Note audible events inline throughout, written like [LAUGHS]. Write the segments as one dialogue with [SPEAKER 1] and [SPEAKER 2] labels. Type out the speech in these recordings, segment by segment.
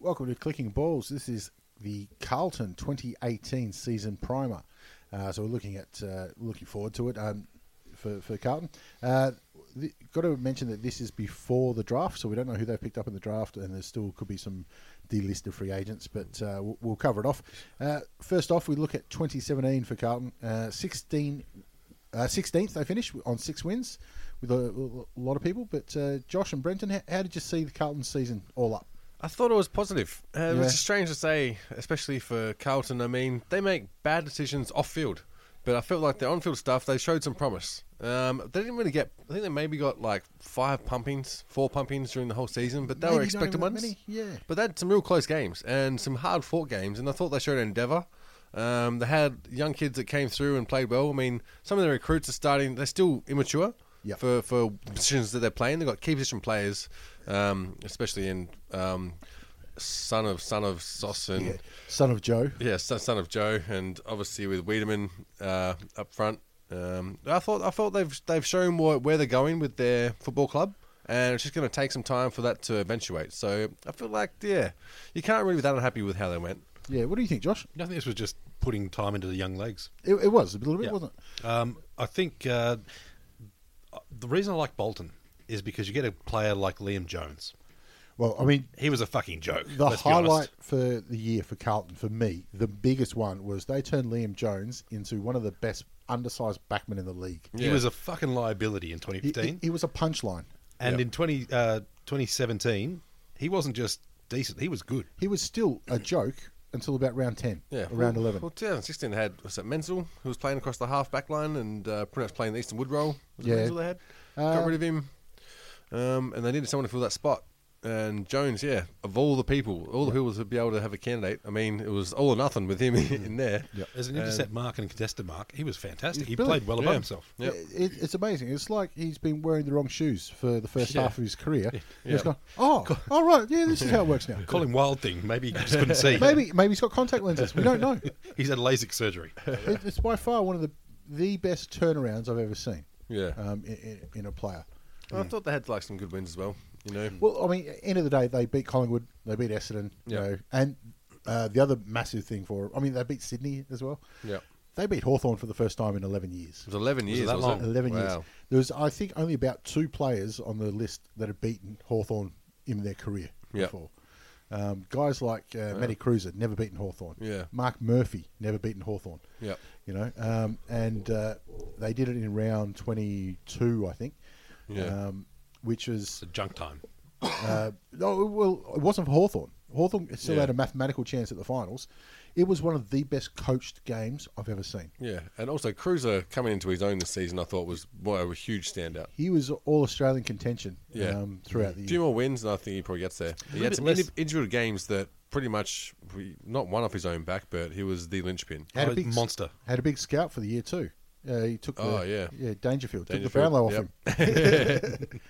[SPEAKER 1] Welcome to Clicking Balls. This is the Carlton 2018 season primer. Uh, so we're looking at uh, looking forward to it um, for for Carlton. Uh, th- got to mention that this is before the draft, so we don't know who they picked up in the draft, and there still could be some delisted free agents, but uh, we'll, we'll cover it off. Uh, first off, we look at 2017 for Carlton. Uh, 16 uh, 16th they finished on six wins with a, a lot of people. But uh, Josh and Brenton, how, how did you see the Carlton season all up?
[SPEAKER 2] I thought it was positive, uh,
[SPEAKER 1] Yeah.
[SPEAKER 2] which is strange to say, especially for Carlton. I mean, they make bad decisions off field, but I felt like their on field stuff, they showed some promise. Um, they didn't really get, I think they maybe got like five pumpings, four pumpings during the whole season, but they
[SPEAKER 1] Maybe
[SPEAKER 2] were
[SPEAKER 1] not
[SPEAKER 2] expected
[SPEAKER 1] even that
[SPEAKER 2] ones.
[SPEAKER 1] many, yeah.
[SPEAKER 2] But they had some real close games and some hard fought games, and I thought they showed endeavour. Um, they had young kids that came through and played well. I mean, some of the recruits are starting; they're still immature
[SPEAKER 1] Yep.
[SPEAKER 2] for for positions that they're playing. They've got key position players, um, especially in um, son of son of Sauce and yeah,
[SPEAKER 1] Son of Joe.
[SPEAKER 2] son, son of Joe, and obviously with Wiedemann uh, up front. Um, I thought I thought they've they've shown where, where they're going with their football club. And it's just going to take some time for that to eventuate. So I feel like, yeah, you can't really be that unhappy with how they went.
[SPEAKER 1] Yeah, what do you think, Josh?
[SPEAKER 3] I think this was just putting time into the young legs.
[SPEAKER 1] It, it was a little bit, wasn't it?
[SPEAKER 3] Um, I think uh, the reason I like Bolton is because you get a player like Liam Jones.
[SPEAKER 1] Well, I mean,
[SPEAKER 3] He was a fucking joke.
[SPEAKER 1] the
[SPEAKER 3] let's be honest.
[SPEAKER 1] highlight for the year for Carlton, for me, the biggest one was they turned Liam Jones into one of the best undersized backmen in the league.
[SPEAKER 3] He
[SPEAKER 2] Yeah.
[SPEAKER 3] was a fucking liability in
[SPEAKER 1] He,
[SPEAKER 3] 2015.
[SPEAKER 1] he, he was a punchline.
[SPEAKER 3] and
[SPEAKER 2] Yeah.
[SPEAKER 3] in 20, uh, 2017, he wasn't just decent, he was good.
[SPEAKER 1] He was still a joke until about round 10,
[SPEAKER 2] Yeah,
[SPEAKER 1] around
[SPEAKER 2] well,
[SPEAKER 1] 11.
[SPEAKER 2] Well, 2016 they had was it Menzel who was playing across the half back line and uh, pretty much playing the Eastern Wood role. Was it
[SPEAKER 1] Yeah.
[SPEAKER 2] Menzel they had got rid of him, um, and they needed someone to fill that spot. And Jones, yeah, of all the people, all the people to be able to have a candidate. I mean, it was all or nothing with him [LAUGHS] in there.
[SPEAKER 3] As an intercept mark and contested mark, he was fantastic.
[SPEAKER 1] He's
[SPEAKER 3] He
[SPEAKER 1] brilliant.
[SPEAKER 3] played well above
[SPEAKER 2] Um, Yeah.
[SPEAKER 3] himself.
[SPEAKER 2] Yep.
[SPEAKER 1] It, it's amazing. It's like he's been wearing the wrong shoes for the first
[SPEAKER 3] Yeah.
[SPEAKER 1] half of his career. He's
[SPEAKER 2] Yeah.
[SPEAKER 1] gone, oh, all right, yeah, this is how it works now.
[SPEAKER 3] [LAUGHS] Call him Wild Thing. Maybe he just
[SPEAKER 1] [LAUGHS]
[SPEAKER 3] couldn't see.
[SPEAKER 1] Maybe, maybe he's got contact lenses. We don't know.
[SPEAKER 3] He's had LASIK surgery.
[SPEAKER 1] It- it's by far one of the the best turnarounds I've ever seen.
[SPEAKER 2] Yeah.
[SPEAKER 1] Um, in, in, in a player.
[SPEAKER 2] I thought they had like some good wins as well. You know,
[SPEAKER 1] Well, I mean, end of the day, they beat Collingwood, they beat Essendon, you
[SPEAKER 2] Yeah.
[SPEAKER 1] know, and uh, the other massive thing for, I mean, they beat Sydney as well.
[SPEAKER 2] Yeah.
[SPEAKER 1] They beat Hawthorn for the first time in eleven years.
[SPEAKER 2] it was 11
[SPEAKER 3] Was it
[SPEAKER 2] years.
[SPEAKER 3] that
[SPEAKER 2] wasn't
[SPEAKER 3] long?
[SPEAKER 2] it?
[SPEAKER 1] 11 Oh, years.
[SPEAKER 2] Wow.
[SPEAKER 1] There was, I think, only about two players on the list that had beaten Hawthorn in their career
[SPEAKER 2] Yeah.
[SPEAKER 1] before. Um, guys like uh, Matty Cruz had never beaten Hawthorn.
[SPEAKER 2] Yeah.
[SPEAKER 1] Mark Murphy never beaten Hawthorn.
[SPEAKER 2] Yeah.
[SPEAKER 1] You know, um, and uh, they did it in round 22, I think.
[SPEAKER 2] Yeah.
[SPEAKER 1] Um, which was,
[SPEAKER 3] It's a junk time.
[SPEAKER 1] uh, no, well, it wasn't for Hawthorn. Hawthorn still
[SPEAKER 2] Yeah.
[SPEAKER 1] had a mathematical chance at the finals. It was one of the best coached games I've ever seen.
[SPEAKER 2] Yeah, and also Cruiser coming into his own this season, I thought was well, a huge standout.
[SPEAKER 1] He was all Australian contention
[SPEAKER 2] Yeah.
[SPEAKER 1] um, throughout the year.
[SPEAKER 2] A few more wins, and I think he probably gets there. He
[SPEAKER 3] little
[SPEAKER 2] had
[SPEAKER 3] bit
[SPEAKER 2] some
[SPEAKER 3] less-
[SPEAKER 2] indi- individual games that pretty much we, not one off his own back, but he was the linchpin.
[SPEAKER 1] Had a
[SPEAKER 3] Oh,
[SPEAKER 1] big
[SPEAKER 3] monster.
[SPEAKER 1] Had a big scout for the year too. Uh, he took. The,
[SPEAKER 2] Oh, yeah.
[SPEAKER 1] yeah. Dangerfield, took the
[SPEAKER 2] Dangerfield,
[SPEAKER 1] Brownlow off
[SPEAKER 2] yep.
[SPEAKER 1] him.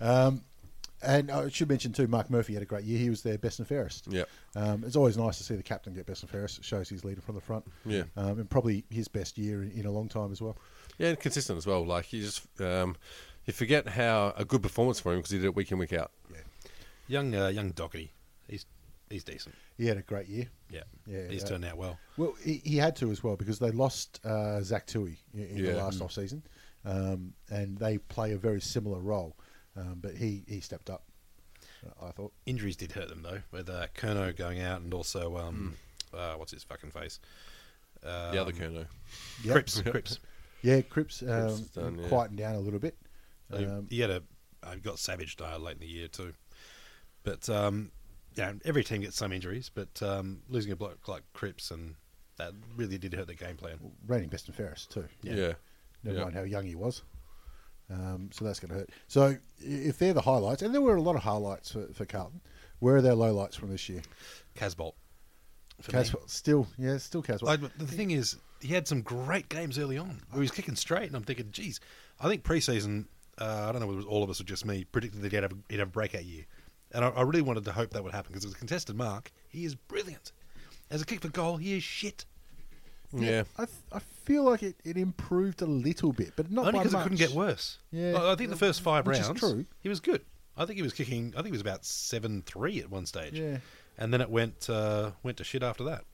[SPEAKER 1] um,
[SPEAKER 2] [LAUGHS]
[SPEAKER 1] [LAUGHS] and I should mention too, Mark Murphy had a great year. He was their best and fairest.
[SPEAKER 2] Yep.
[SPEAKER 1] Um, it's always nice to see the captain get best and fairest. It shows he's leading from the front.
[SPEAKER 2] Yeah.
[SPEAKER 1] Um, and probably his best year in, in a long time as well.
[SPEAKER 2] Yeah, and consistent as well. Like you just um, you forget how a good performance for him because he did it week in week out.
[SPEAKER 3] Young uh, young Doherty. He's he's decent.
[SPEAKER 1] He had a great year.
[SPEAKER 3] Yeah.
[SPEAKER 1] Yeah,
[SPEAKER 3] He's
[SPEAKER 1] yeah.
[SPEAKER 3] turned out well.
[SPEAKER 1] Well, he, he had to as well because they lost uh, Zach Tui in, in the
[SPEAKER 2] Yeah.
[SPEAKER 1] last off season, um, and they play a very similar role, um, but he he stepped up. I thought.
[SPEAKER 3] Injuries
[SPEAKER 1] Hmm.
[SPEAKER 3] did hurt them though, with uh, Kerno going out and also um, uh, what's his fucking face, Um,
[SPEAKER 2] the other Kerno.
[SPEAKER 1] Yep.
[SPEAKER 3] Cripps.
[SPEAKER 1] [LAUGHS]
[SPEAKER 3] Cripps.
[SPEAKER 1] Yeah, Cripps, um,
[SPEAKER 2] is done, yeah.
[SPEAKER 1] quieting down a little bit.
[SPEAKER 3] He-
[SPEAKER 1] Um,
[SPEAKER 3] he had a uh, got Savage died late in the year too, but um, yeah, every team gets some injuries. But um, losing a bloke like Cripps and that really did hurt their game plan.
[SPEAKER 1] reigning best and fairest too.
[SPEAKER 2] Yeah.
[SPEAKER 1] Never
[SPEAKER 2] Yeah.
[SPEAKER 1] mind how young he was. Um, so that's going to hurt. So i- if they're the highlights, and there were a lot of highlights for, for Carlton, where are their lowlights from this year?
[SPEAKER 3] Casbolt. for me.
[SPEAKER 1] Caswell, still, yeah, still Caswell.
[SPEAKER 3] Like, but the thing is, he had some great games early on where he was kicking straight, and I'm thinking, geez, I think preseason, uh, I don't know whether it was all of us or just me, predicted that he'd have a, he'd have a breakout year. And I, I really wanted to hope that would happen because as a contested mark, he is brilliant. As a kick for goal, he is shit.
[SPEAKER 2] Yeah.
[SPEAKER 1] I, th- I feel like it, it improved a little bit, but not
[SPEAKER 3] Only
[SPEAKER 1] by
[SPEAKER 3] because it
[SPEAKER 1] much.
[SPEAKER 3] couldn't get worse.
[SPEAKER 1] Yeah.
[SPEAKER 3] I- I think the first five
[SPEAKER 1] Which is
[SPEAKER 3] rounds,
[SPEAKER 1] true.
[SPEAKER 3] he was good. I think he was kicking, I think he was about 7 3 at one stage.
[SPEAKER 1] Yeah.
[SPEAKER 3] And then it went uh, went to shit after that.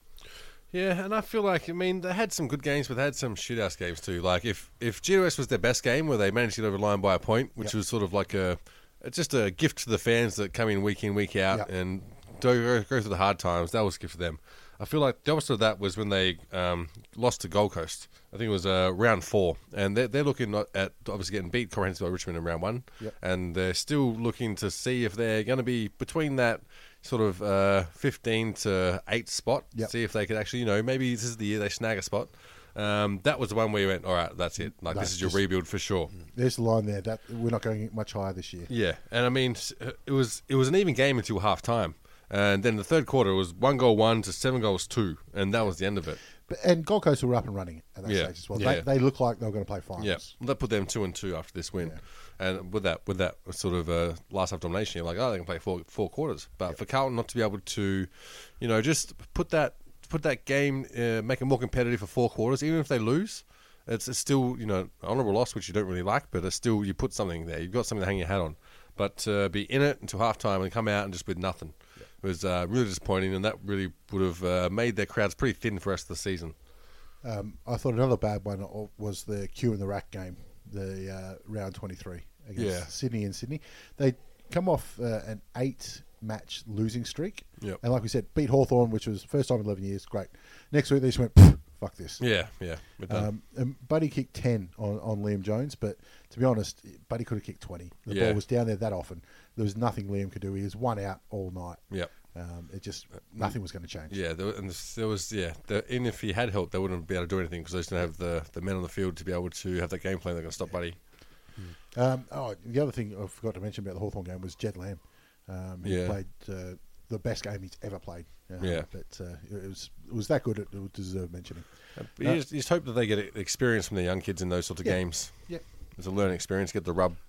[SPEAKER 2] Yeah, and I feel like I mean they had some good games, but they had some shit ass games too. Like if if GWS was their best game, where they managed to get over the line by a point, which was sort of like a it's just a gift to the fans that come in week in week out
[SPEAKER 1] Yeah.
[SPEAKER 2] and do go, go through the hard times. That was a gift to them. I feel like the opposite of that was when they um, lost to Gold Coast. I think it was uh, round four, and they're, they're looking at at obviously getting beat comprehensively by Richmond in round one,
[SPEAKER 1] Yep.
[SPEAKER 2] and they're still looking to see if they're going to be between that sort of uh, fifteen to eight spot
[SPEAKER 1] Yep.
[SPEAKER 2] see if they could actually, you know, maybe this is the year they snag a spot. Um, that was the one where you went, all right, that's it. Like,
[SPEAKER 1] That's
[SPEAKER 2] this Mm. is your
[SPEAKER 1] just-
[SPEAKER 2] rebuild for sure.
[SPEAKER 1] There's the line there. That we're not going much higher this year.
[SPEAKER 2] Yeah, and I mean, s- it was it was an even game until half time. And then the third quarter was one goal one to seven goals two, and that was the end of it.
[SPEAKER 1] But, and Gold Coast were up and running at that
[SPEAKER 2] Yeah.
[SPEAKER 1] stage as well. They,
[SPEAKER 2] Yeah.
[SPEAKER 1] they look like they were going to play finals.
[SPEAKER 2] Yeah, that put them two and two after this win, and with that with that sort of uh, last half domination, you're like, oh, they can play four four quarters. But for Carlton not to be able to, you know, just put that put that game, uh, make it more competitive for four quarters, even if they lose, it's, it's still you know honourable loss, which you don't really like, but it's still you put something there, you've got something to hang your hat on. But uh, be in it until halftime and come out and just with nothing it was uh, really disappointing, and that really would have uh, made their crowds pretty thin for the rest of the season.
[SPEAKER 1] Um, I thought another bad one o- was the Q and the Rack game, the uh, round 23 against
[SPEAKER 2] Yeah.
[SPEAKER 1] Sydney and Sydney. They come off uh, an eight match losing streak.
[SPEAKER 2] Yep.
[SPEAKER 1] And like we said, beat Hawthorn, which was first time in 11 years. Great. Next week, they just went, "Pff, fuck this.
[SPEAKER 2] Yeah, yeah, we're done.
[SPEAKER 1] Um, and Buddy kicked 10 on, on Liam Jones, but to be honest, Buddy could have kicked 20. The
[SPEAKER 2] Yeah.
[SPEAKER 1] ball was down there that often. There was nothing Liam could do. He was one out all night.
[SPEAKER 2] Yep.
[SPEAKER 1] Um, it just, nothing was going to change.
[SPEAKER 2] Yeah, there, and there was yeah. The, even if he had help, they wouldn't be able to do anything because they just didn't have the, the men on the field to be able to have that game plan. They're going to stop Buddy.
[SPEAKER 1] Um, oh, the other thing I forgot to mention about the Hawthorn game was Jed Lamb. Um, he
[SPEAKER 2] Yeah.
[SPEAKER 1] played uh, the best game he's ever played. Uh,
[SPEAKER 2] Yeah.
[SPEAKER 1] But uh, it was it was that good, it, it deserved mentioning.
[SPEAKER 2] But you, just, you just hope that they get e, experience from the young kids in those sorts of
[SPEAKER 1] Yeah.
[SPEAKER 2] games.
[SPEAKER 1] Yeah.
[SPEAKER 2] It's a learning experience. Get the rub. [LAUGHS]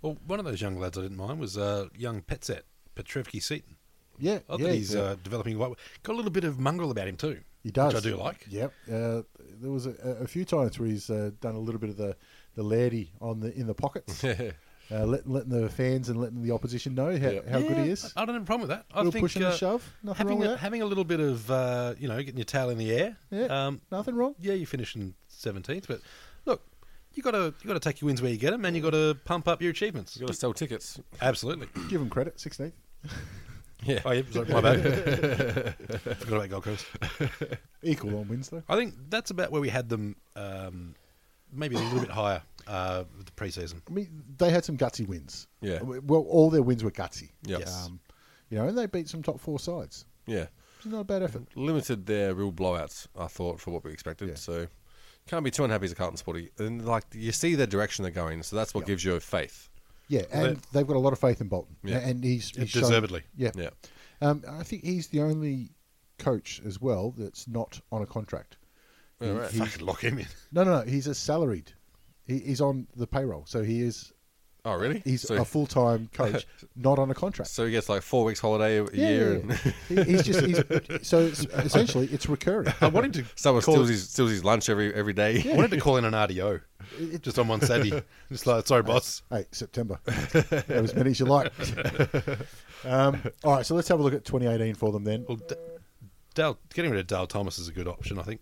[SPEAKER 3] Well, one of those young lads I didn't mind was uh, young Petset, Petrevki Seaton.
[SPEAKER 1] Yeah.
[SPEAKER 3] I think
[SPEAKER 1] yeah,
[SPEAKER 3] he's
[SPEAKER 1] yeah.
[SPEAKER 3] uh, developing quite well. Got a little bit of mongrel about him too.
[SPEAKER 1] he does.
[SPEAKER 3] Which I do like.
[SPEAKER 1] Yep. Uh, there was a, a few times where he's uh, done a little bit of the, the lairdy on the in the
[SPEAKER 3] [LAUGHS]
[SPEAKER 1] pockets,
[SPEAKER 2] yeah,
[SPEAKER 1] uh, let, letting the fans and letting the opposition know how,
[SPEAKER 2] Yeah.
[SPEAKER 1] how good
[SPEAKER 3] Yeah, Uh,
[SPEAKER 1] he is.
[SPEAKER 3] I I don't have a problem with that. I
[SPEAKER 1] little
[SPEAKER 3] think
[SPEAKER 1] push and a
[SPEAKER 3] uh,
[SPEAKER 1] shove. Nothing
[SPEAKER 3] having
[SPEAKER 1] wrong with
[SPEAKER 3] a,
[SPEAKER 1] that.
[SPEAKER 3] having a little bit of uh, you know getting your tail in the air.
[SPEAKER 1] Yeah,
[SPEAKER 3] Um,
[SPEAKER 1] nothing wrong.
[SPEAKER 3] yeah, you finish in seventeenth, but look, you got to you got to take your wins where you get them, and you got to pump up your achievements.
[SPEAKER 2] you got to sell tickets. [COUGHS]
[SPEAKER 3] Absolutely.
[SPEAKER 1] Give him credit, 16th.
[SPEAKER 2] Yeah,
[SPEAKER 3] Oh, yeah, sorry,
[SPEAKER 1] [LAUGHS]
[SPEAKER 3] my bad. Forgot about Gold Coast.
[SPEAKER 1] Equal on wins, though.
[SPEAKER 3] I think that's about where we had them. Um, maybe a little bit higher uh, with the preseason.
[SPEAKER 1] I mean, they had some gutsy wins.
[SPEAKER 2] Yeah.
[SPEAKER 1] Well, all their wins were gutsy. Um,
[SPEAKER 2] Yep.
[SPEAKER 3] Yes.
[SPEAKER 1] you know, and they beat some top four sides.
[SPEAKER 2] [LAUGHS] yeah.
[SPEAKER 1] It's not a bad effort.
[SPEAKER 2] Mm-hmm. Limited their real blowouts, I thought, for what we expected.
[SPEAKER 1] Yeah.
[SPEAKER 2] So can't be too unhappy as a Carlton sporty. And like you see the direction they're going, so that's what
[SPEAKER 1] Yeah.
[SPEAKER 2] gives you faith.
[SPEAKER 1] Yeah, and
[SPEAKER 3] They-
[SPEAKER 1] they've got a lot of faith in Bolton.
[SPEAKER 2] Yeah.
[SPEAKER 1] And he's,
[SPEAKER 3] Yeah,
[SPEAKER 1] he's shown-
[SPEAKER 3] deservedly.
[SPEAKER 1] yeah.
[SPEAKER 2] Yeah.
[SPEAKER 1] Um, I think he's the only coach as well that's not on a contract.
[SPEAKER 2] All right.
[SPEAKER 1] He-
[SPEAKER 3] Fucking lock him in.
[SPEAKER 1] No, no, no. He's a salaried. He, he's on the payroll, so he is.
[SPEAKER 2] Oh, really?
[SPEAKER 1] He's
[SPEAKER 2] so,
[SPEAKER 1] a full time coach, not on a contract.
[SPEAKER 2] so he gets like four weeks holiday a
[SPEAKER 1] yeah,
[SPEAKER 2] year.
[SPEAKER 1] yeah,
[SPEAKER 2] And,
[SPEAKER 1] yeah.
[SPEAKER 2] [LAUGHS]
[SPEAKER 1] He- he's just he's, so it's, essentially it's recurring.
[SPEAKER 3] I wanted to.
[SPEAKER 2] Someone
[SPEAKER 3] call-
[SPEAKER 2] steals his, steals his lunch every every day.
[SPEAKER 3] I wanted to call in an RDO,
[SPEAKER 1] It-
[SPEAKER 3] just on one
[SPEAKER 1] [LAUGHS]
[SPEAKER 3] Saturday. just like, sorry, boss.
[SPEAKER 1] Hey, September. have as many as you like. um, all right, so let's have a look at 2018 for them then.
[SPEAKER 3] Well, D- Dale, getting rid of Dale Thomas is a good option, I think.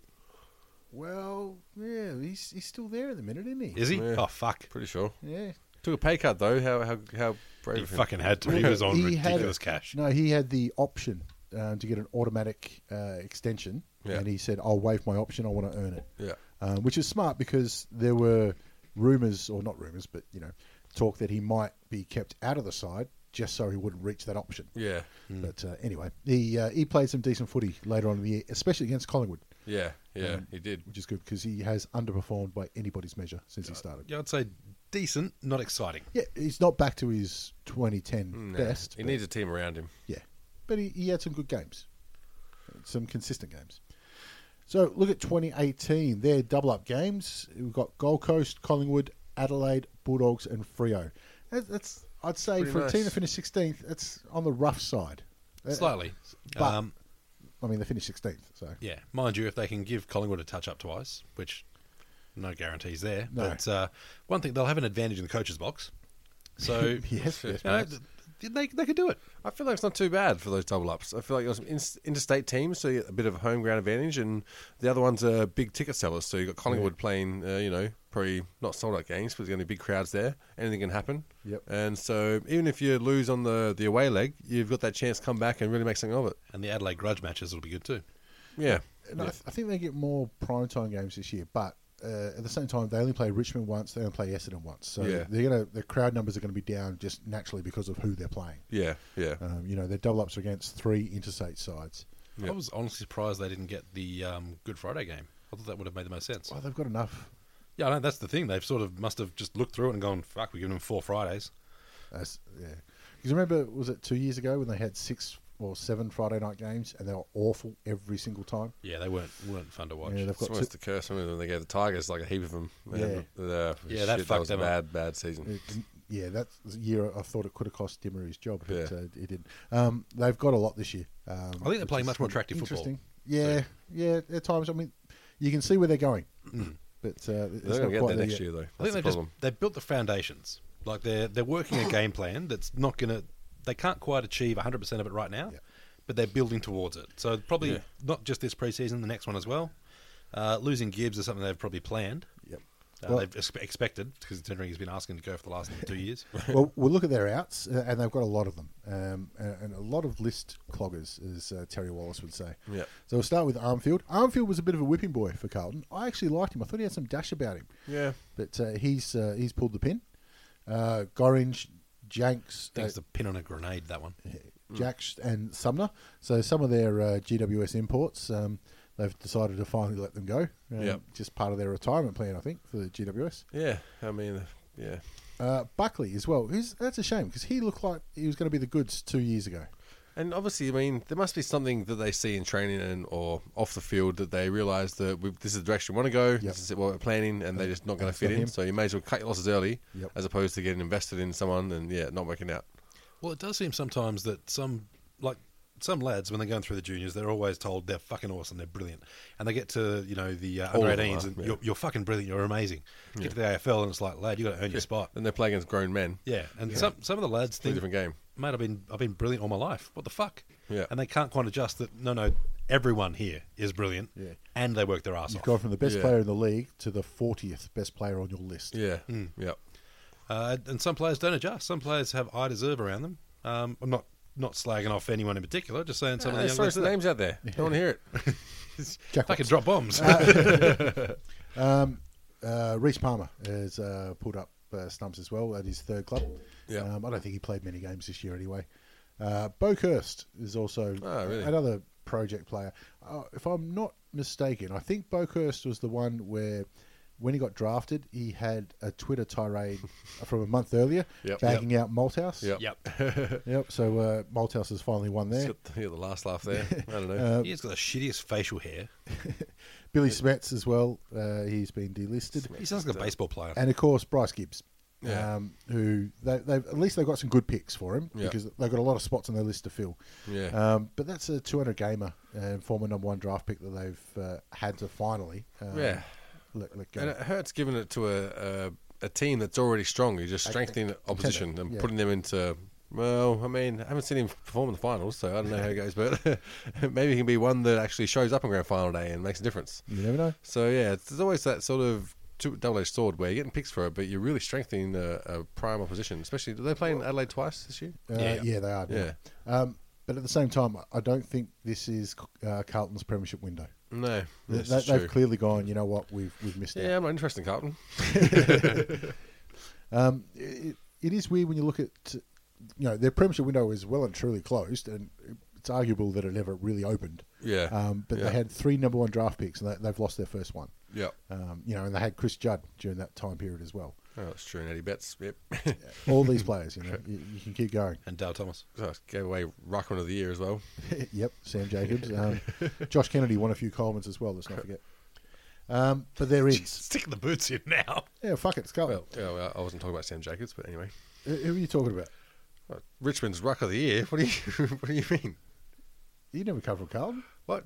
[SPEAKER 1] Well, yeah, he's, he's still there at the minute, isn't he?
[SPEAKER 3] Is he?
[SPEAKER 2] Yeah.
[SPEAKER 3] Oh fuck!
[SPEAKER 2] [LAUGHS] Pretty sure.
[SPEAKER 1] Yeah.
[SPEAKER 2] Took a pay cut though. How how how brave
[SPEAKER 3] He
[SPEAKER 2] of him.
[SPEAKER 3] fucking had to. He was on
[SPEAKER 1] He had-
[SPEAKER 3] ridiculous cash.
[SPEAKER 1] No, he had the option um, to get an automatic uh, extension,
[SPEAKER 2] Yeah.
[SPEAKER 1] and he said, "I'll waive my option. I want to earn it."
[SPEAKER 2] Yeah.
[SPEAKER 1] um, which is smart because there were rumors, or not rumors, but you know, talk that he might be kept out of the side just so he wouldn't reach that option.
[SPEAKER 2] Yeah.
[SPEAKER 1] But uh, anyway, he uh, he played some decent footy later on in the year, especially against Collingwood,
[SPEAKER 2] Yeah. Yeah.
[SPEAKER 1] Um,
[SPEAKER 2] he did.
[SPEAKER 1] which is good because he has underperformed by anybody's measure since he started.
[SPEAKER 3] Yeah, I'd say decent, not exciting.
[SPEAKER 1] Yeah, he's not back to his 2010
[SPEAKER 2] Nah,
[SPEAKER 1] best.
[SPEAKER 2] He
[SPEAKER 1] but-
[SPEAKER 2] needs a team around him.
[SPEAKER 1] Yeah, but he, he had some good games, some consistent games. So look at 2018, their double up games. We've got Gold Coast, Collingwood, Adelaide, Bulldogs, and Frio. That, that's I'd say
[SPEAKER 2] Pretty
[SPEAKER 1] for a team
[SPEAKER 2] nice.
[SPEAKER 1] that finished 16th, that's on the rough side. Uh,
[SPEAKER 3] Slightly.
[SPEAKER 1] But-
[SPEAKER 3] um,
[SPEAKER 1] I mean, they finished 16th, so
[SPEAKER 3] yeah, mind you, if they can give Collingwood a touch up twice, which no guarantees there,
[SPEAKER 1] No.
[SPEAKER 3] but uh, one thing, they'll have an advantage in the coach's box. So,
[SPEAKER 1] [LAUGHS]
[SPEAKER 2] [LAUGHS]
[SPEAKER 1] yes, yes,
[SPEAKER 3] you know,
[SPEAKER 1] perhaps.
[SPEAKER 3] th- they, they could do it.
[SPEAKER 2] I feel like it's not too bad for those double ups. I feel like there's some in- interstate teams, so you get a bit of home ground advantage, and the other ones are big ticket sellers. So you've got Collingwood playing, uh, you know, probably not sold out games, but there's going to be big crowds there. Anything can happen.
[SPEAKER 1] Yep.
[SPEAKER 2] And so even if you lose on the, the away leg, you've got that chance to come back and really make something of it.
[SPEAKER 3] And the Adelaide grudge matches will be good too.
[SPEAKER 2] Yeah.
[SPEAKER 1] And I,
[SPEAKER 2] Yeah.
[SPEAKER 1] th- I think they get more prime time games this year, but uh, at the same time, they only play Richmond once, they only play Essendon once, so
[SPEAKER 2] Yeah.
[SPEAKER 1] they're gonna the crowd numbers are gonna be down just naturally because of who they're playing.
[SPEAKER 2] Yeah. Yeah.
[SPEAKER 1] Um, you know, their double ups are against three interstate sides.
[SPEAKER 2] Yeah.
[SPEAKER 3] I was honestly surprised they didn't get the um, Good Friday game. I thought that would have made the most sense.
[SPEAKER 1] Well, they've got enough.
[SPEAKER 3] Yeah, I know that's the thing. They've sort of must have just looked through it and gone, "Fuck, we're giving them four Fridays."
[SPEAKER 1] As, yeah, because remember, was it two years ago when they had six or seven Friday night games and they were awful every single time?
[SPEAKER 3] Yeah, they weren't weren't fun to watch.
[SPEAKER 1] Yeah,
[SPEAKER 3] Yeah,
[SPEAKER 1] they've
[SPEAKER 2] It's
[SPEAKER 1] got
[SPEAKER 2] almost
[SPEAKER 1] two-
[SPEAKER 2] the curse remember when they gave the Tigers like a heap of them.
[SPEAKER 1] Yeah.
[SPEAKER 2] Uh,
[SPEAKER 3] Yeah, that
[SPEAKER 2] shit,
[SPEAKER 3] fucked
[SPEAKER 2] was a
[SPEAKER 3] them up.
[SPEAKER 2] bad, bad season.
[SPEAKER 1] it- yeah, that's the year I thought it could have cost Dimmer his job, but
[SPEAKER 2] Yeah.
[SPEAKER 1] uh, it didn't. Um, they've got a lot this year. Um, I
[SPEAKER 3] they're playing much more attractive football.
[SPEAKER 1] interesting. Yeah, yeah, at times. I mean, you can see where they're going, but uh, it's
[SPEAKER 2] Mm. They're
[SPEAKER 1] not
[SPEAKER 2] going to get
[SPEAKER 1] quite
[SPEAKER 2] there
[SPEAKER 1] there
[SPEAKER 2] next
[SPEAKER 1] yet.
[SPEAKER 2] year, though.
[SPEAKER 3] I think
[SPEAKER 2] That's the
[SPEAKER 3] they just
[SPEAKER 2] problem.
[SPEAKER 3] they built the foundations. Like they're they're working a game plan that's not gonna. They can't quite achieve 100 percent of it right now,
[SPEAKER 1] Yeah.
[SPEAKER 3] but they're building towards it. So probably
[SPEAKER 2] Yeah.
[SPEAKER 3] not just this preseason, the next one as well. Uh, losing Gibbs is something they've probably planned.
[SPEAKER 1] Yep.
[SPEAKER 3] Uh,
[SPEAKER 1] Well-
[SPEAKER 3] they've expe- expected because Tendering has been asking to go for the last two years.
[SPEAKER 1] [LAUGHS] [COUGHS] well, we'll look at their outs, uh, and they've got a lot of them, um, and, and a lot of list cloggers, as uh, Terry Wallace would say.
[SPEAKER 2] Yeah.
[SPEAKER 1] So we'll start with Armfield. Armfield was a bit of a whipping boy for Carlton. I actually liked him. I thought he had some dash about him,
[SPEAKER 2] Yeah.
[SPEAKER 1] but uh, he's uh, he's pulled the pin. Uh, Gorringe, Janks,
[SPEAKER 3] Thanks
[SPEAKER 1] uh,
[SPEAKER 3] the pin on a grenade. That one.
[SPEAKER 2] mm.
[SPEAKER 1] Jacks, and Sumner. So some of their uh, GWS imports, um, they've decided to finally let them go. Um,
[SPEAKER 2] Yeah.
[SPEAKER 1] Just part of their retirement plan, I think, for the GWS.
[SPEAKER 2] Yeah. I mean, yeah.
[SPEAKER 1] Uh, Buckley as well. Who's, that's a shame because he looked like he was going to be the goods two years ago.
[SPEAKER 2] And obviously, I mean, there must be something that they see in training and or off the field that they realise that we, this is the direction we want to go. This is what we're planning, and they're just not going
[SPEAKER 1] that's
[SPEAKER 2] to fit
[SPEAKER 1] not
[SPEAKER 2] in.
[SPEAKER 1] him.
[SPEAKER 2] So you may as well cut your losses early,
[SPEAKER 1] Yep.
[SPEAKER 2] as opposed to getting invested in someone and yeah, not working out.
[SPEAKER 3] Well, it does seem sometimes that some like some lads when they're going through the juniors, they're always told they're fucking awesome, they're brilliant, and they get to you know the uh,
[SPEAKER 2] All
[SPEAKER 3] under
[SPEAKER 2] of them
[SPEAKER 3] 18s
[SPEAKER 2] are,
[SPEAKER 3] and
[SPEAKER 2] yeah.
[SPEAKER 3] you're, you're fucking brilliant, you're amazing. Get to the AFL and it's like, lad, you got to earn your spot.
[SPEAKER 2] And they're playing against grown men.
[SPEAKER 3] Yeah, and some some of the lads
[SPEAKER 2] It's a
[SPEAKER 3] think,
[SPEAKER 2] different game.
[SPEAKER 3] mate, I've been I've been brilliant all my life. What the fuck?
[SPEAKER 2] Yeah.
[SPEAKER 3] and they can't quite adjust that. No, no, everyone here is brilliant.
[SPEAKER 1] Yeah.
[SPEAKER 3] and they work their ass
[SPEAKER 1] You've
[SPEAKER 3] off.
[SPEAKER 1] gone from the best
[SPEAKER 2] Yeah.
[SPEAKER 1] player in the league to the 40th best player on your list.
[SPEAKER 2] Yeah.
[SPEAKER 3] Hmm.
[SPEAKER 2] Yeah.
[SPEAKER 3] Uh, and some players don't adjust. Some players have I deserve around them. Um, I'm not not slagging off anyone in particular. Just saying some
[SPEAKER 2] Some
[SPEAKER 3] of the young
[SPEAKER 2] throw
[SPEAKER 3] lads
[SPEAKER 2] some
[SPEAKER 3] that-
[SPEAKER 2] names out there. Don't want to hear
[SPEAKER 3] [LAUGHS]
[SPEAKER 2] it.
[SPEAKER 1] Jack
[SPEAKER 3] fucking
[SPEAKER 1] Watts.
[SPEAKER 3] drop bombs.
[SPEAKER 2] Uh,
[SPEAKER 1] Um, uh, Reese Palmer has uh, pulled up uh, stumps as well at his third club.
[SPEAKER 2] Yeah.
[SPEAKER 1] Um, I don't think he played many games this year anyway. Uh, Bo Kirst is also
[SPEAKER 2] Oh, really?
[SPEAKER 1] another project player. Uh, if I'm not mistaken, I think Bo Kirst was the one where. When he got drafted, he had a Twitter
[SPEAKER 2] [LAUGHS]
[SPEAKER 1] tirade from a month earlier,
[SPEAKER 2] Yep.
[SPEAKER 1] bagging out Malthouse.
[SPEAKER 2] Yep.
[SPEAKER 3] yep.
[SPEAKER 1] Yep, So uh, Malthouse has finally won
[SPEAKER 2] It's
[SPEAKER 1] there.
[SPEAKER 2] got the, yeah, the last
[SPEAKER 1] [LAUGHS]
[SPEAKER 2] laugh there. I don't
[SPEAKER 1] Uh,
[SPEAKER 2] know.
[SPEAKER 3] He's got the shittiest facial hair.
[SPEAKER 1] Billy Smets as well. Uh, he's been delisted.
[SPEAKER 3] He sounds like a baseball player.
[SPEAKER 1] and of course Bryce Gibbs,
[SPEAKER 2] Yeah.
[SPEAKER 1] um, who they, they've at least they've got some good picks for him
[SPEAKER 2] Yeah.
[SPEAKER 1] because they've got a lot of spots on their list to fill.
[SPEAKER 2] yeah.
[SPEAKER 1] Um, but that's a 200 gamer and former number one draft pick that they've uh, had to finally um,
[SPEAKER 2] Yeah.
[SPEAKER 1] let, let go.
[SPEAKER 2] And uh, it hurts giving it to a, a a team that's already strong. You're just strengthening
[SPEAKER 1] [LAUGHS]
[SPEAKER 2] opposition and
[SPEAKER 1] yeah.
[SPEAKER 2] putting them into. Well, I mean, I haven't seen him perform in the finals, so I don't know how it goes. But [LAUGHS] maybe he can be one that actually shows up on grand final day and makes a difference.
[SPEAKER 1] you never know.
[SPEAKER 2] So yeah, it's- there's always that sort of two- double-edged sword where you're getting picks for it, but you're really strengthening a, a prime opposition. Especially, do they play in Adelaide twice this year?
[SPEAKER 1] Uh, yeah,
[SPEAKER 3] Yeah.
[SPEAKER 1] they are.
[SPEAKER 2] Yeah.
[SPEAKER 1] Um, But at the same time, I don't think this is uh, Carlton's premiership window.
[SPEAKER 2] No,
[SPEAKER 1] They,
[SPEAKER 2] that's
[SPEAKER 1] they,
[SPEAKER 2] true.
[SPEAKER 1] have clearly gone. You know what? We've we've missed
[SPEAKER 2] yeah,
[SPEAKER 1] out.
[SPEAKER 2] I'm not interested in Carlton.
[SPEAKER 1] Um, it, it is weird when you look at you know their premiership window is well and truly closed, and it's arguable that it never really opened.
[SPEAKER 2] Yeah,
[SPEAKER 1] Um, but
[SPEAKER 2] Yeah.
[SPEAKER 1] they had three number one draft picks, and they, they've lost their first one.
[SPEAKER 2] yeah.
[SPEAKER 1] Um, you know, and they had Chris Judd during that time period as well.
[SPEAKER 2] Oh, that's true. And Eddie Betts. Yep. [LAUGHS]
[SPEAKER 1] All these players, you know, you, you can keep going.
[SPEAKER 3] And Dale Thomas. [LAUGHS]
[SPEAKER 2] So I gave away Ruckman of the Year as well.
[SPEAKER 1] [LAUGHS] yep, Sam Jacobs,
[SPEAKER 2] [LAUGHS]
[SPEAKER 1] um, Josh Kennedy won a few Colemans as well. Let's not forget. Um, but there is,
[SPEAKER 3] Stick the boots in now.
[SPEAKER 1] yeah, fuck it, it's going.
[SPEAKER 2] Well, yeah, well, I wasn't talking about Sam Jacobs, but anyway.
[SPEAKER 1] Who who are you talking about?
[SPEAKER 2] Well, Richmond's Ruck of the Year. What do you [LAUGHS] What do you mean?
[SPEAKER 1] You never come from Carlton.
[SPEAKER 2] What?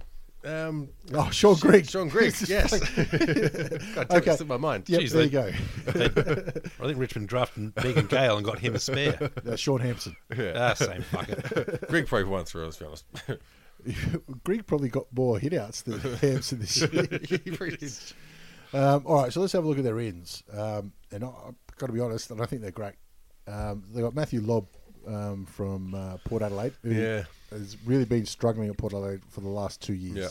[SPEAKER 2] Um,
[SPEAKER 1] Oh, Sean Grigg. [LAUGHS]
[SPEAKER 2] Sean Grigg.
[SPEAKER 1] This is
[SPEAKER 2] yes. [LAUGHS] God
[SPEAKER 1] [LAUGHS]
[SPEAKER 2] damn
[SPEAKER 1] Okay.
[SPEAKER 2] it, slipped my mind.
[SPEAKER 1] Yep,
[SPEAKER 3] Jeez,
[SPEAKER 1] there you
[SPEAKER 3] they-
[SPEAKER 1] go.
[SPEAKER 3] I think Richmond drafted [LAUGHS] Deacon Gale and got him a spare.
[SPEAKER 1] Uh, Sean Hampson. [LAUGHS]
[SPEAKER 3] Ah, same fucker.
[SPEAKER 2] Greg probably won through. Let's be honest. [LAUGHS]
[SPEAKER 1] Greg probably got more hitouts than Hampson this year. [LAUGHS]
[SPEAKER 2] He really did.
[SPEAKER 1] Um, all right, so let's have a look at their ins. Um, and I, I've got to be honest, and I think they're great. Um, they got Matthew Lobb um, from uh, Port Adelaide, who
[SPEAKER 2] Yeah.
[SPEAKER 1] has really been struggling at Port Adelaide for the last two years.
[SPEAKER 2] Yeah.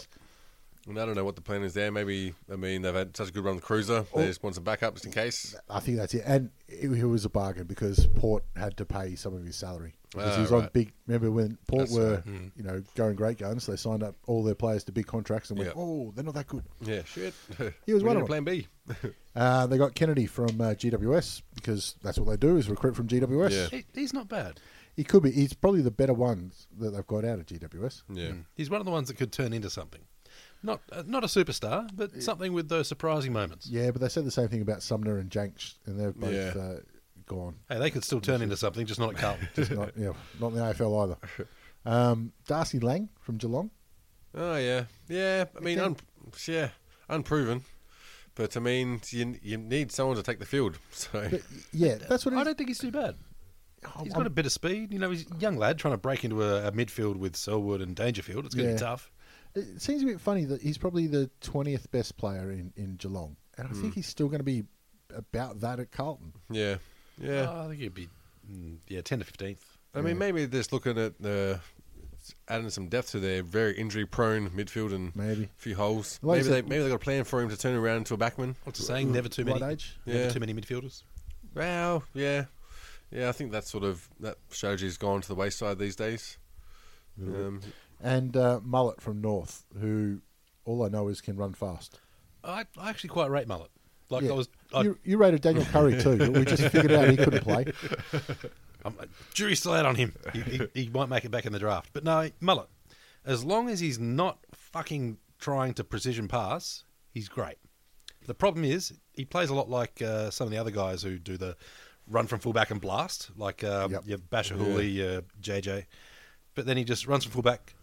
[SPEAKER 2] And I don't know what the plan is there. Maybe I mean they've had such a good run with Cruiser.
[SPEAKER 1] Oh.
[SPEAKER 2] They just want some backup just in case.
[SPEAKER 1] I think that's it. And it, it was a bargain because Port had to pay some of his salary. Because he
[SPEAKER 2] Ah,
[SPEAKER 1] was on
[SPEAKER 2] right.
[SPEAKER 1] big. Remember when Port
[SPEAKER 2] That's
[SPEAKER 1] were,
[SPEAKER 2] right. Hmm.
[SPEAKER 1] you know, going great guns? They signed up all their players to big contracts and went,
[SPEAKER 2] Yeah.
[SPEAKER 1] "Oh, they're not that good."
[SPEAKER 2] Yeah, shit. [LAUGHS]
[SPEAKER 1] He was
[SPEAKER 2] We
[SPEAKER 1] one of
[SPEAKER 2] need a Plan
[SPEAKER 1] [LAUGHS]
[SPEAKER 2] B.
[SPEAKER 1] Uh, they got Kennedy from uh, GWS because that's what they do is recruit from GWS.
[SPEAKER 2] Yeah.
[SPEAKER 3] He- he's not bad.
[SPEAKER 1] He could be. He's probably the better one that they've got out of GWS.
[SPEAKER 2] Yeah.
[SPEAKER 3] He's one of the ones that could turn into something. Not uh, not a superstar, but something with those surprising moments.
[SPEAKER 1] Yeah, but they said the same thing about Sumner and Jenks, and they're both
[SPEAKER 2] Yeah.
[SPEAKER 1] uh, gone.
[SPEAKER 3] Hey, they could still turn into something, just [LAUGHS] not at Carlton.
[SPEAKER 1] Just not, [LAUGHS] yeah, not in the AFL
[SPEAKER 2] [LAUGHS]
[SPEAKER 1] either. Um, Darcy Lang from Geelong.
[SPEAKER 2] Oh yeah, yeah. I mean, un-
[SPEAKER 1] Again-
[SPEAKER 2] yeah, unproven. But I mean, you you need someone to take the field. [LAUGHS] So
[SPEAKER 1] But, yeah, that's what it
[SPEAKER 3] I
[SPEAKER 1] is.
[SPEAKER 3] don't think he's too bad.
[SPEAKER 1] Oh,
[SPEAKER 3] He's
[SPEAKER 1] I'm-
[SPEAKER 3] got a bit of speed. You know, he's a young lad trying to break into a, a midfield with Selwood and Dangerfield. It's going to
[SPEAKER 1] Yeah.
[SPEAKER 3] be tough.
[SPEAKER 1] It seems a bit funny that he's probably the twentieth best player in, in Geelong, and I
[SPEAKER 3] Hmm.
[SPEAKER 1] think he's still going to be about that at Carlton.
[SPEAKER 2] yeah, yeah.
[SPEAKER 3] Oh, I think he'd be, mm, yeah, 10 to 15th.
[SPEAKER 2] I mean, maybe just looking at the adding some depth to their very injury prone midfield and
[SPEAKER 1] Maybe.
[SPEAKER 2] a few holes.
[SPEAKER 1] Like you
[SPEAKER 2] maybe they
[SPEAKER 1] said-
[SPEAKER 2] maybe they got a plan for him to turn around into a backman.
[SPEAKER 3] What's the saying? Never too many.
[SPEAKER 1] Right Mm. age?
[SPEAKER 3] Never
[SPEAKER 2] Yeah.
[SPEAKER 3] too many midfielders.
[SPEAKER 2] Well, yeah, yeah. I think that sort of that strategy's gone to the wayside these days. Um,
[SPEAKER 1] And uh, Mullet from North, who all I know is can run fast.
[SPEAKER 3] I, I actually quite rate Mullet. Like
[SPEAKER 1] Yeah.
[SPEAKER 3] I was, I,
[SPEAKER 1] you, you rated Daniel Curry too, but we
[SPEAKER 3] [LAUGHS]
[SPEAKER 1] just figured out he couldn't play.
[SPEAKER 3] I'm, jury's still out on him. [LAUGHS] He, he, he won't make it back in the draft. But no, Mullet. As long as he's not fucking trying to precision pass, he's great. The problem is he plays a lot like uh, some of the other guys who do the run from fullback and blast, like um,
[SPEAKER 1] Yep.
[SPEAKER 3] you have Basher Hooley, uh, JJ. But then he just runs from fullback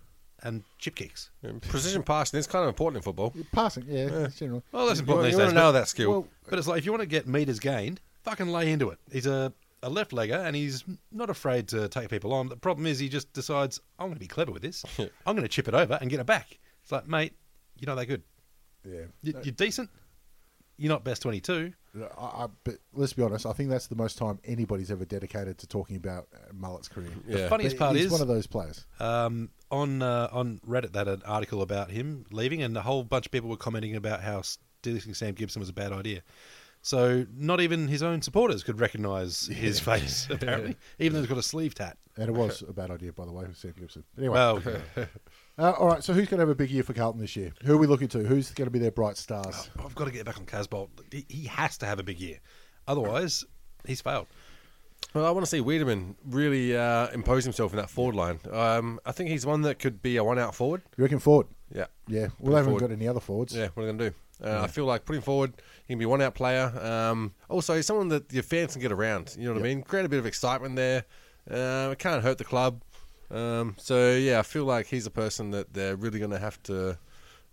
[SPEAKER 3] and chip kicks.
[SPEAKER 2] precision passing is kind of important in football.
[SPEAKER 1] Passing, yeah, generally.
[SPEAKER 3] Well, that's
[SPEAKER 2] You,
[SPEAKER 3] important
[SPEAKER 2] want
[SPEAKER 3] these
[SPEAKER 2] to
[SPEAKER 3] days.
[SPEAKER 2] know
[SPEAKER 3] But,
[SPEAKER 2] that skill.
[SPEAKER 1] Well,
[SPEAKER 3] but it's like if you want to get meters gained, fucking lay into it. He's a, a left legger and he's not afraid to take people on. The problem is he just decides, I'm going to be clever with this. I'm going to chip it over and get it back. It's like, mate, you're not that good.
[SPEAKER 1] yeah.
[SPEAKER 3] You, you're decent, You're not best 22.
[SPEAKER 1] I, I, but let's be honest. I think that's the most time anybody's ever dedicated to talking about uh, Mullet's career.
[SPEAKER 2] Yeah.
[SPEAKER 3] The funniest
[SPEAKER 1] But
[SPEAKER 3] part
[SPEAKER 1] he's
[SPEAKER 3] is
[SPEAKER 1] one of those players.
[SPEAKER 3] um, on uh, on Reddit they had an article about him leaving, and a whole bunch of people were commenting about how s- delisting Sam Gibson was a bad idea. So not even his own supporters could recognise his face [LAUGHS] apparently, even though he's got a sleeve tat.
[SPEAKER 1] And it
[SPEAKER 3] [LAUGHS]
[SPEAKER 1] was a bad idea, by the way, for Sam Gibson. Anyway,
[SPEAKER 3] Well,
[SPEAKER 1] uh, all right. So who's going to have a big year for Carlton this year? Who are we looking to? Who's going to be their bright stars?
[SPEAKER 2] Oh.
[SPEAKER 3] I've got to get back on Casbolt. He- He has to have a big year, otherwise he's failed.
[SPEAKER 2] Well, I want to see Wiedemann really uh, impose himself in that forward line. Um, I think he's one that could be a one out forward.
[SPEAKER 1] You reckon Ford?
[SPEAKER 2] Yeah.
[SPEAKER 1] Yeah. Well, they haven't
[SPEAKER 2] forward.
[SPEAKER 1] got any other forwards.
[SPEAKER 2] Yeah, what are they going to do? Uh, I feel like putting forward, he can be one out player. Um, also, he's someone that your fans can get around. You know what I mean? Create a bit of excitement there. Um, it can't hurt the club. Um, so yeah, I feel like he's a person that they're really going to have to,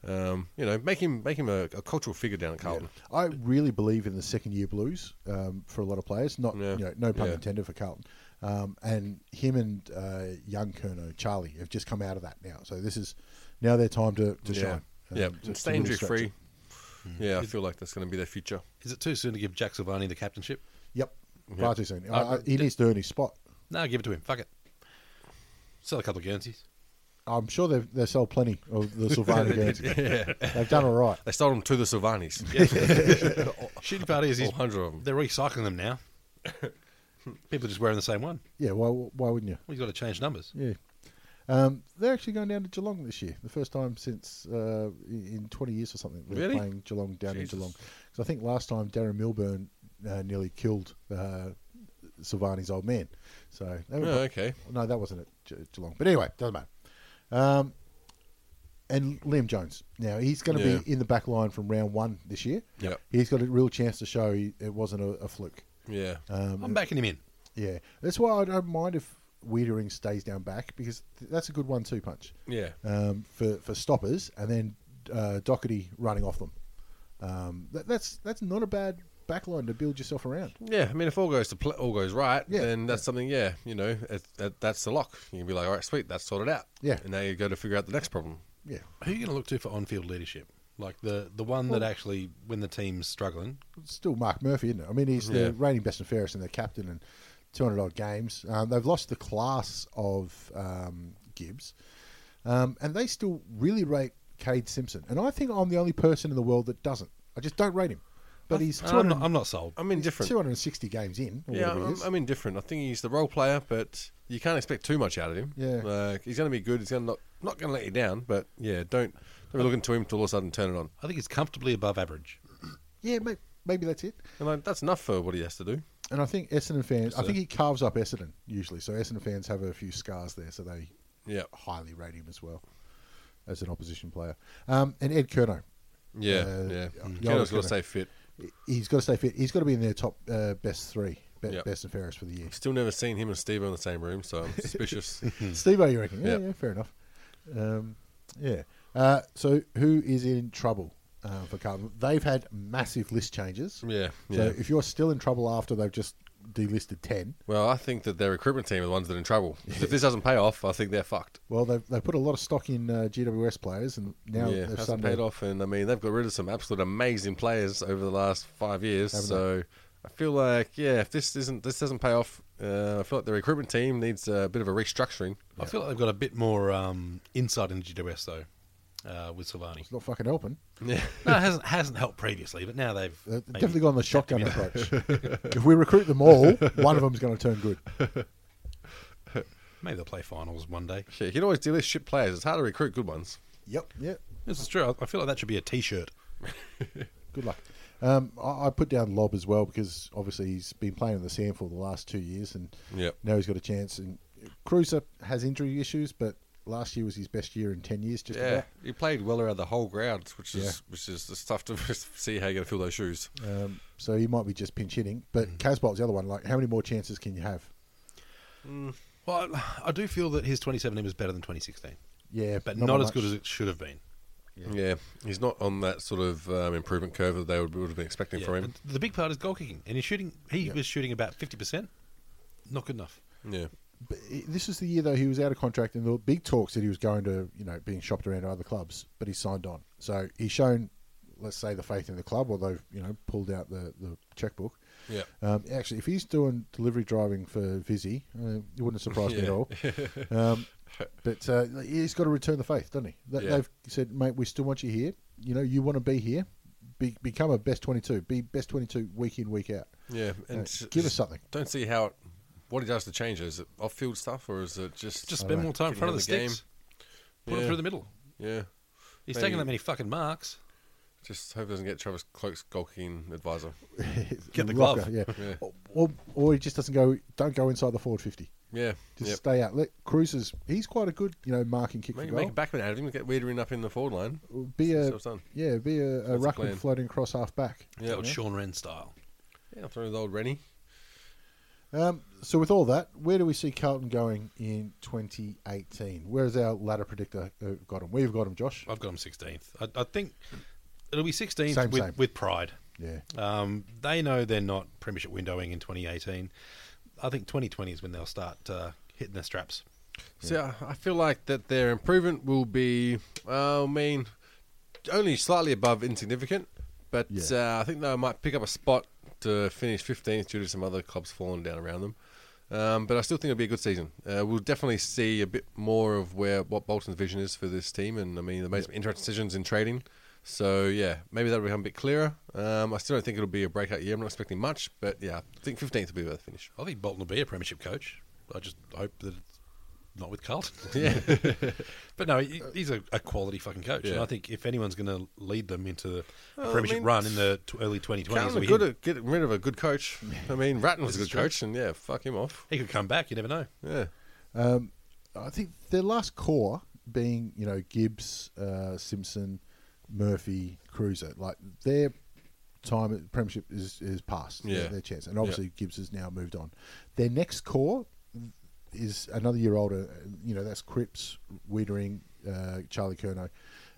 [SPEAKER 2] um, you know, make him make him a, a cultural figure down at Carlton.
[SPEAKER 1] I really believe in the second year blues um, for a lot of players. Not
[SPEAKER 2] Yeah.
[SPEAKER 1] you know, no pun
[SPEAKER 2] Yeah.
[SPEAKER 1] intended for Carlton. Um, and him and uh, young Kerno Charlie have just come out of that now. So this is now their time to, to
[SPEAKER 2] Yeah,
[SPEAKER 1] shine. um,
[SPEAKER 2] yeah,
[SPEAKER 1] to- to
[SPEAKER 2] and stay
[SPEAKER 1] really
[SPEAKER 2] injury
[SPEAKER 1] stretch
[SPEAKER 2] free.
[SPEAKER 1] it.
[SPEAKER 2] Yeah, I feel like that's going to be their future.
[SPEAKER 3] Is it too soon to give Jack Silvani the captainship?
[SPEAKER 1] Yep, far too soon. I,
[SPEAKER 3] Uh,
[SPEAKER 1] I, he needs to earn his spot.
[SPEAKER 3] No, give it to him. Fuck it. Sell a couple of Guernseys.
[SPEAKER 1] I'm sure they've they sell plenty of
[SPEAKER 2] [LAUGHS]
[SPEAKER 1] the Sylvania games. They've done all right.
[SPEAKER 2] They sold him to the Silvanis.
[SPEAKER 3] Shitty part is
[SPEAKER 2] [LAUGHS]
[SPEAKER 3] he's,
[SPEAKER 2] All Oh. hundred of them.
[SPEAKER 3] they're recycling
[SPEAKER 2] [LAUGHS]
[SPEAKER 3] them now. People are just wearing the same one.
[SPEAKER 1] Yeah, why why wouldn't you?
[SPEAKER 3] Well, you've got to change numbers.
[SPEAKER 1] Yeah. Um, they're actually going down to Geelong this year, the first time since uh, in 20 years or something. They're
[SPEAKER 2] Really?
[SPEAKER 1] playing Geelong down
[SPEAKER 2] Jesus.
[SPEAKER 1] in Geelong. 'Cause I think last time Darren Milburn uh, nearly killed uh, Silvani's old man. So they were
[SPEAKER 2] Oh, okay.
[SPEAKER 1] No, that wasn't at Ge- Geelong. But anyway, doesn't matter. Um, and Liam Jones. Now he's going to
[SPEAKER 2] Yeah.
[SPEAKER 1] be in the back line from round one this year.
[SPEAKER 2] Yep.
[SPEAKER 1] He's got a real chance to show he, it wasn't a, a fluke.
[SPEAKER 2] Yeah.
[SPEAKER 1] Um,
[SPEAKER 3] I'm backing him in.
[SPEAKER 1] Yeah, that's why I don't mind if Wiedering stays down back because th- that's a good one-two punch.
[SPEAKER 2] Yeah.
[SPEAKER 1] Um, for for stoppers and then uh, Doherty running off them. Um, that, that's that's not a bad backline to build yourself around.
[SPEAKER 2] Yeah, I mean, if all goes to pl- all goes right,
[SPEAKER 1] Yeah,
[SPEAKER 2] then that's something. Yeah, you know, it, it, that's the lock. You can be like, all right, sweet, that's sorted out.
[SPEAKER 1] Yeah.
[SPEAKER 2] and now you go to figure out the next problem.
[SPEAKER 1] Yeah,
[SPEAKER 3] Who are you going to look to for on-field leadership? Like the the one
[SPEAKER 2] Oh.
[SPEAKER 3] that actually, when the team's struggling,
[SPEAKER 1] It's still Mark Murphy, isn't it? I mean, he's the
[SPEAKER 2] Yeah.
[SPEAKER 1] reigning best and fairest and their captain and 200 odd games. Um, they've lost the class of um, Gibbs, um, and they still really rate Cade Simpson. And I think I'm the only person in the world that doesn't. I just don't rate him. But he's
[SPEAKER 3] And I'm
[SPEAKER 1] 200,
[SPEAKER 3] not, I'm not sold.
[SPEAKER 2] I'm indifferent.
[SPEAKER 1] 260 games in. Or
[SPEAKER 2] yeah,
[SPEAKER 1] whatever it
[SPEAKER 2] I'm,
[SPEAKER 1] is.
[SPEAKER 2] I'm indifferent. I think he's the role player, but you can't expect too much out of him.
[SPEAKER 1] Yeah.
[SPEAKER 2] like he's going to be good. He's going to not not going to let you down. But yeah, don't don't be looking to him to all of a sudden turn it on.
[SPEAKER 3] I think he's comfortably above average.
[SPEAKER 1] yeah, maybe, maybe that's it.
[SPEAKER 2] And like, that's enough for what he has to do.
[SPEAKER 1] And I think Essendon fans, I think he carves up Essendon usually. So Essendon fans have a few scars there, so they
[SPEAKER 2] Yeah,
[SPEAKER 1] highly rate him as well as an opposition player. Um, and Ed Kerno.
[SPEAKER 2] yeah,
[SPEAKER 1] Uh,
[SPEAKER 2] yeah.
[SPEAKER 1] yeah,
[SPEAKER 2] Mm.
[SPEAKER 1] Yola's
[SPEAKER 2] Kendall's got
[SPEAKER 1] gonna-
[SPEAKER 2] to stay fit.
[SPEAKER 1] He's got to stay fit. He's got to be in their top uh, best three, be-
[SPEAKER 2] Yep.
[SPEAKER 1] best and fairest for the year.
[SPEAKER 2] Still never seen him and Steve in the same room, so I'm
[SPEAKER 1] [LAUGHS]
[SPEAKER 2] suspicious.
[SPEAKER 1] Steve, oh, you reckon? Yeah,
[SPEAKER 2] Yep.
[SPEAKER 1] yeah, fair enough. Um, yeah. Uh, so who is in trouble uh, for Carlton? They've had massive list changes.
[SPEAKER 2] Yeah,
[SPEAKER 1] So
[SPEAKER 2] yeah.
[SPEAKER 1] if you're still in trouble after they've just delisted ten,
[SPEAKER 2] well, I think that their recruitment team are the ones that are in trouble. If this doesn't pay off, I think they're fucked.
[SPEAKER 1] well, they've they put a lot of stock in uh, GWS players, and now
[SPEAKER 2] yeah,
[SPEAKER 1] they've
[SPEAKER 2] hasn't
[SPEAKER 1] suddenly
[SPEAKER 2] paid off, and I mean they've got rid of some absolute amazing players over the last five years.
[SPEAKER 1] Haven't
[SPEAKER 2] so I feel like yeah, if this isn't this doesn't pay off, uh, I feel like the recruitment team needs a bit of a restructuring.
[SPEAKER 3] I feel like they've got a bit more um, insight into GWS though, uh, with Silvani.
[SPEAKER 1] It's not fucking helping.
[SPEAKER 2] [LAUGHS] Yeah,
[SPEAKER 3] No, it hasn't hasn't helped previously, but now they've
[SPEAKER 1] They've
[SPEAKER 3] maybe-
[SPEAKER 1] definitely gone the shotgun approach.
[SPEAKER 3] [LAUGHS]
[SPEAKER 1] if we recruit them all, one of them's going to turn good.
[SPEAKER 3] maybe they'll play finals one day.
[SPEAKER 2] Shit, you can always deal with shit players. It's hard to recruit good ones.
[SPEAKER 1] Yep. Yep.
[SPEAKER 3] This is true. I- I feel like that should be a T-shirt.
[SPEAKER 1] Good luck. Um, I, I put down Lob as well because obviously he's been playing in the sand for the last two years, and
[SPEAKER 2] Yep.
[SPEAKER 1] now he's got a chance. And Cruiser has injury issues, but last year was his best year in ten years. Just
[SPEAKER 2] Yeah,
[SPEAKER 1] about.
[SPEAKER 2] he played well around the whole ground, which is
[SPEAKER 1] Yeah.
[SPEAKER 2] which is just tough to [LAUGHS] see how you're gonna fill those shoes.
[SPEAKER 1] Um, so he might be just pinch hitting.
[SPEAKER 3] Mm-hmm.
[SPEAKER 1] But Casbolt's the other one. Like, how many more chances can you have?
[SPEAKER 3] Well, I- I do feel that his 2017 was better than 2016,
[SPEAKER 1] Yeah,
[SPEAKER 3] but not,
[SPEAKER 1] by
[SPEAKER 3] as
[SPEAKER 1] much.
[SPEAKER 3] good as it should have been.
[SPEAKER 2] Yeah, he's not on that sort of um, improvement curve that they would, would have been expecting
[SPEAKER 3] Yeah,
[SPEAKER 2] from him.
[SPEAKER 3] The big part is goal kicking, and he's shooting. He was shooting about fifty percent. Not good enough.
[SPEAKER 2] Yeah,
[SPEAKER 1] But it- this is the year though he was out of contract, and the big talks that he was going to, you know, being shopped around to other clubs, but he signed on. So he's shown let's say the faith in the club, or they've you know pulled out the the checkbook.
[SPEAKER 2] Yeah.
[SPEAKER 1] Um, actually, if he's doing delivery driving for Vizzy, uh, it wouldn't surprise me at all. [LAUGHS]
[SPEAKER 2] [LAUGHS]
[SPEAKER 1] Um, but uh, he's got to return the faith, doesn't he? They,
[SPEAKER 2] Yeah.
[SPEAKER 1] They've said, mate, we still want you here. You know, you want to be here. Be, become a best twenty-two. Be best twenty-two week in, week out.
[SPEAKER 2] Yeah, and
[SPEAKER 1] Uh,
[SPEAKER 2] s-
[SPEAKER 1] give
[SPEAKER 2] s-
[SPEAKER 1] us something.
[SPEAKER 2] Don't see how it, what he does to change it. Is it off field stuff or is it just
[SPEAKER 3] Just spend more time in
[SPEAKER 2] Getting
[SPEAKER 3] front of the
[SPEAKER 2] out of the
[SPEAKER 3] sticks. Put him
[SPEAKER 2] Yeah.
[SPEAKER 3] through the middle.
[SPEAKER 2] yeah?
[SPEAKER 3] He's
[SPEAKER 2] Maybe.
[SPEAKER 3] taking that many fucking marks.
[SPEAKER 2] Just hope he doesn't get Travis Cloak's goal kicking advisor.
[SPEAKER 3] Get the
[SPEAKER 1] Rocker,
[SPEAKER 3] glove.
[SPEAKER 1] Yeah.
[SPEAKER 2] [LAUGHS] Yeah.
[SPEAKER 1] Or, or, or he just doesn't go. Don't go inside the forward fifty.
[SPEAKER 2] Yeah,
[SPEAKER 1] Just
[SPEAKER 2] yep.
[SPEAKER 1] stay out. Let Cruises. He's quite a good, you know, marking kick
[SPEAKER 2] make,
[SPEAKER 1] for goal.
[SPEAKER 2] make a backman out of him. Get Weedering up in the forward line.
[SPEAKER 1] be a
[SPEAKER 2] That's what I've done.
[SPEAKER 1] yeah, be a, a
[SPEAKER 2] the
[SPEAKER 1] ruckman
[SPEAKER 2] plan.
[SPEAKER 1] floating cross half back.
[SPEAKER 2] Yeah,
[SPEAKER 3] The old Sean Wren style.
[SPEAKER 2] yeah. I'll throw the old Rennie.
[SPEAKER 1] Um, so with all that, where do we see Carlton going in 2018? Where's our ladder predictor uh, got him? We've got him, Josh.
[SPEAKER 3] I've got him 16th. I, I think it'll be 16th
[SPEAKER 1] Same,
[SPEAKER 3] with,
[SPEAKER 1] same.
[SPEAKER 3] with pride.
[SPEAKER 1] Yeah.
[SPEAKER 3] Um, they know they're not premiership windowing in 2018. I think 2020 is when they'll start uh, hitting their straps.
[SPEAKER 2] So yeah, I feel like that their improvement will be, uh, I mean, only slightly above insignificant, but
[SPEAKER 1] Yeah.
[SPEAKER 2] uh, I think they might pick up a spot to finish 15th due to some other clubs falling down around them. Um, but I still think it'll be a good season. Uh, we'll definitely see a bit more of where what Bolton's vision is for this team, and I mean they made some interesting decisions in trading. So yeah, maybe that'll become a bit clearer. Um, I still don't think it'll be a breakout year. I'm not expecting much, but yeah, I think 15th will be where they finish.
[SPEAKER 3] I think Bolton will be a premiership coach. I just hope that it's not with Carlton. [LAUGHS]
[SPEAKER 2] Yeah.
[SPEAKER 3] but no, he- he's a, a quality fucking coach. And
[SPEAKER 2] Yeah.
[SPEAKER 3] I think if anyone's going to lead them into the
[SPEAKER 2] I
[SPEAKER 3] premiership
[SPEAKER 2] mean,
[SPEAKER 3] run in the t- early 2020s,
[SPEAKER 2] Carlton
[SPEAKER 3] it'll
[SPEAKER 2] are
[SPEAKER 3] be
[SPEAKER 2] good
[SPEAKER 3] him.
[SPEAKER 2] at getting rid of a good coach. I mean, Ratton was a
[SPEAKER 3] This
[SPEAKER 2] good
[SPEAKER 3] is true.
[SPEAKER 2] coach, and yeah, fuck him off.
[SPEAKER 3] he could come back. You never know.
[SPEAKER 2] Yeah,
[SPEAKER 1] Um, I think their last core being, you know, Gibbs, uh, Simpson, Murphy, Cruiser, like their time at Premiership is, is past.
[SPEAKER 2] Yeah.
[SPEAKER 1] Their, their chance. And obviously Gibbs has now moved on. Their next core is another year older. You know, that's Cripps, Wittering, uh, Charlie Kerno.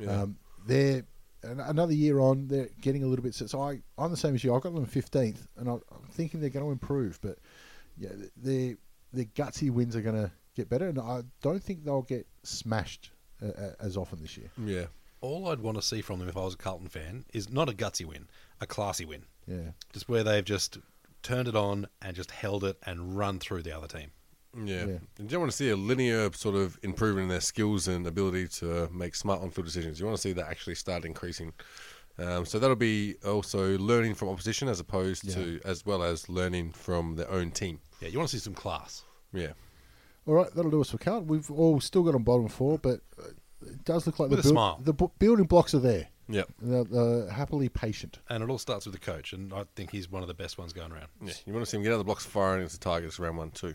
[SPEAKER 1] Um, they're an- another year on. They're getting a little bit. So I, I'm the same as you. I've got them 15th, and I, I'm thinking they're going to improve. But yeah, th- their their gutsy wins are going to get better, and I don't think they'll get smashed uh, uh, as often this year.
[SPEAKER 2] yeah,
[SPEAKER 3] All I'd want to see from them if I was a Carlton fan is not a gutsy win, a classy win.
[SPEAKER 1] Yeah.
[SPEAKER 3] Just where they've just turned it on and just held it and run through the other team.
[SPEAKER 2] yeah.
[SPEAKER 1] Yeah.
[SPEAKER 2] You don't want to see a linear sort of improvement in their skills and ability to make smart on-field decisions. You want to see that actually start increasing. Um, so that'll be also learning from opposition as opposed to as well as learning from their own team.
[SPEAKER 3] Yeah, you want to see some class.
[SPEAKER 2] Yeah,
[SPEAKER 1] All right, that'll do us for Carlton. We've all still got on bottom four, but uh, it does look like
[SPEAKER 3] With
[SPEAKER 1] the
[SPEAKER 3] a smile.
[SPEAKER 1] the bu- building blocks are there.
[SPEAKER 2] yeah,
[SPEAKER 1] They're, they're happily patient.
[SPEAKER 3] And it all starts with the coach, and I think he's one of the best ones going around.
[SPEAKER 2] yeah. You want to see them get out of the blocks firing against the targets round one too.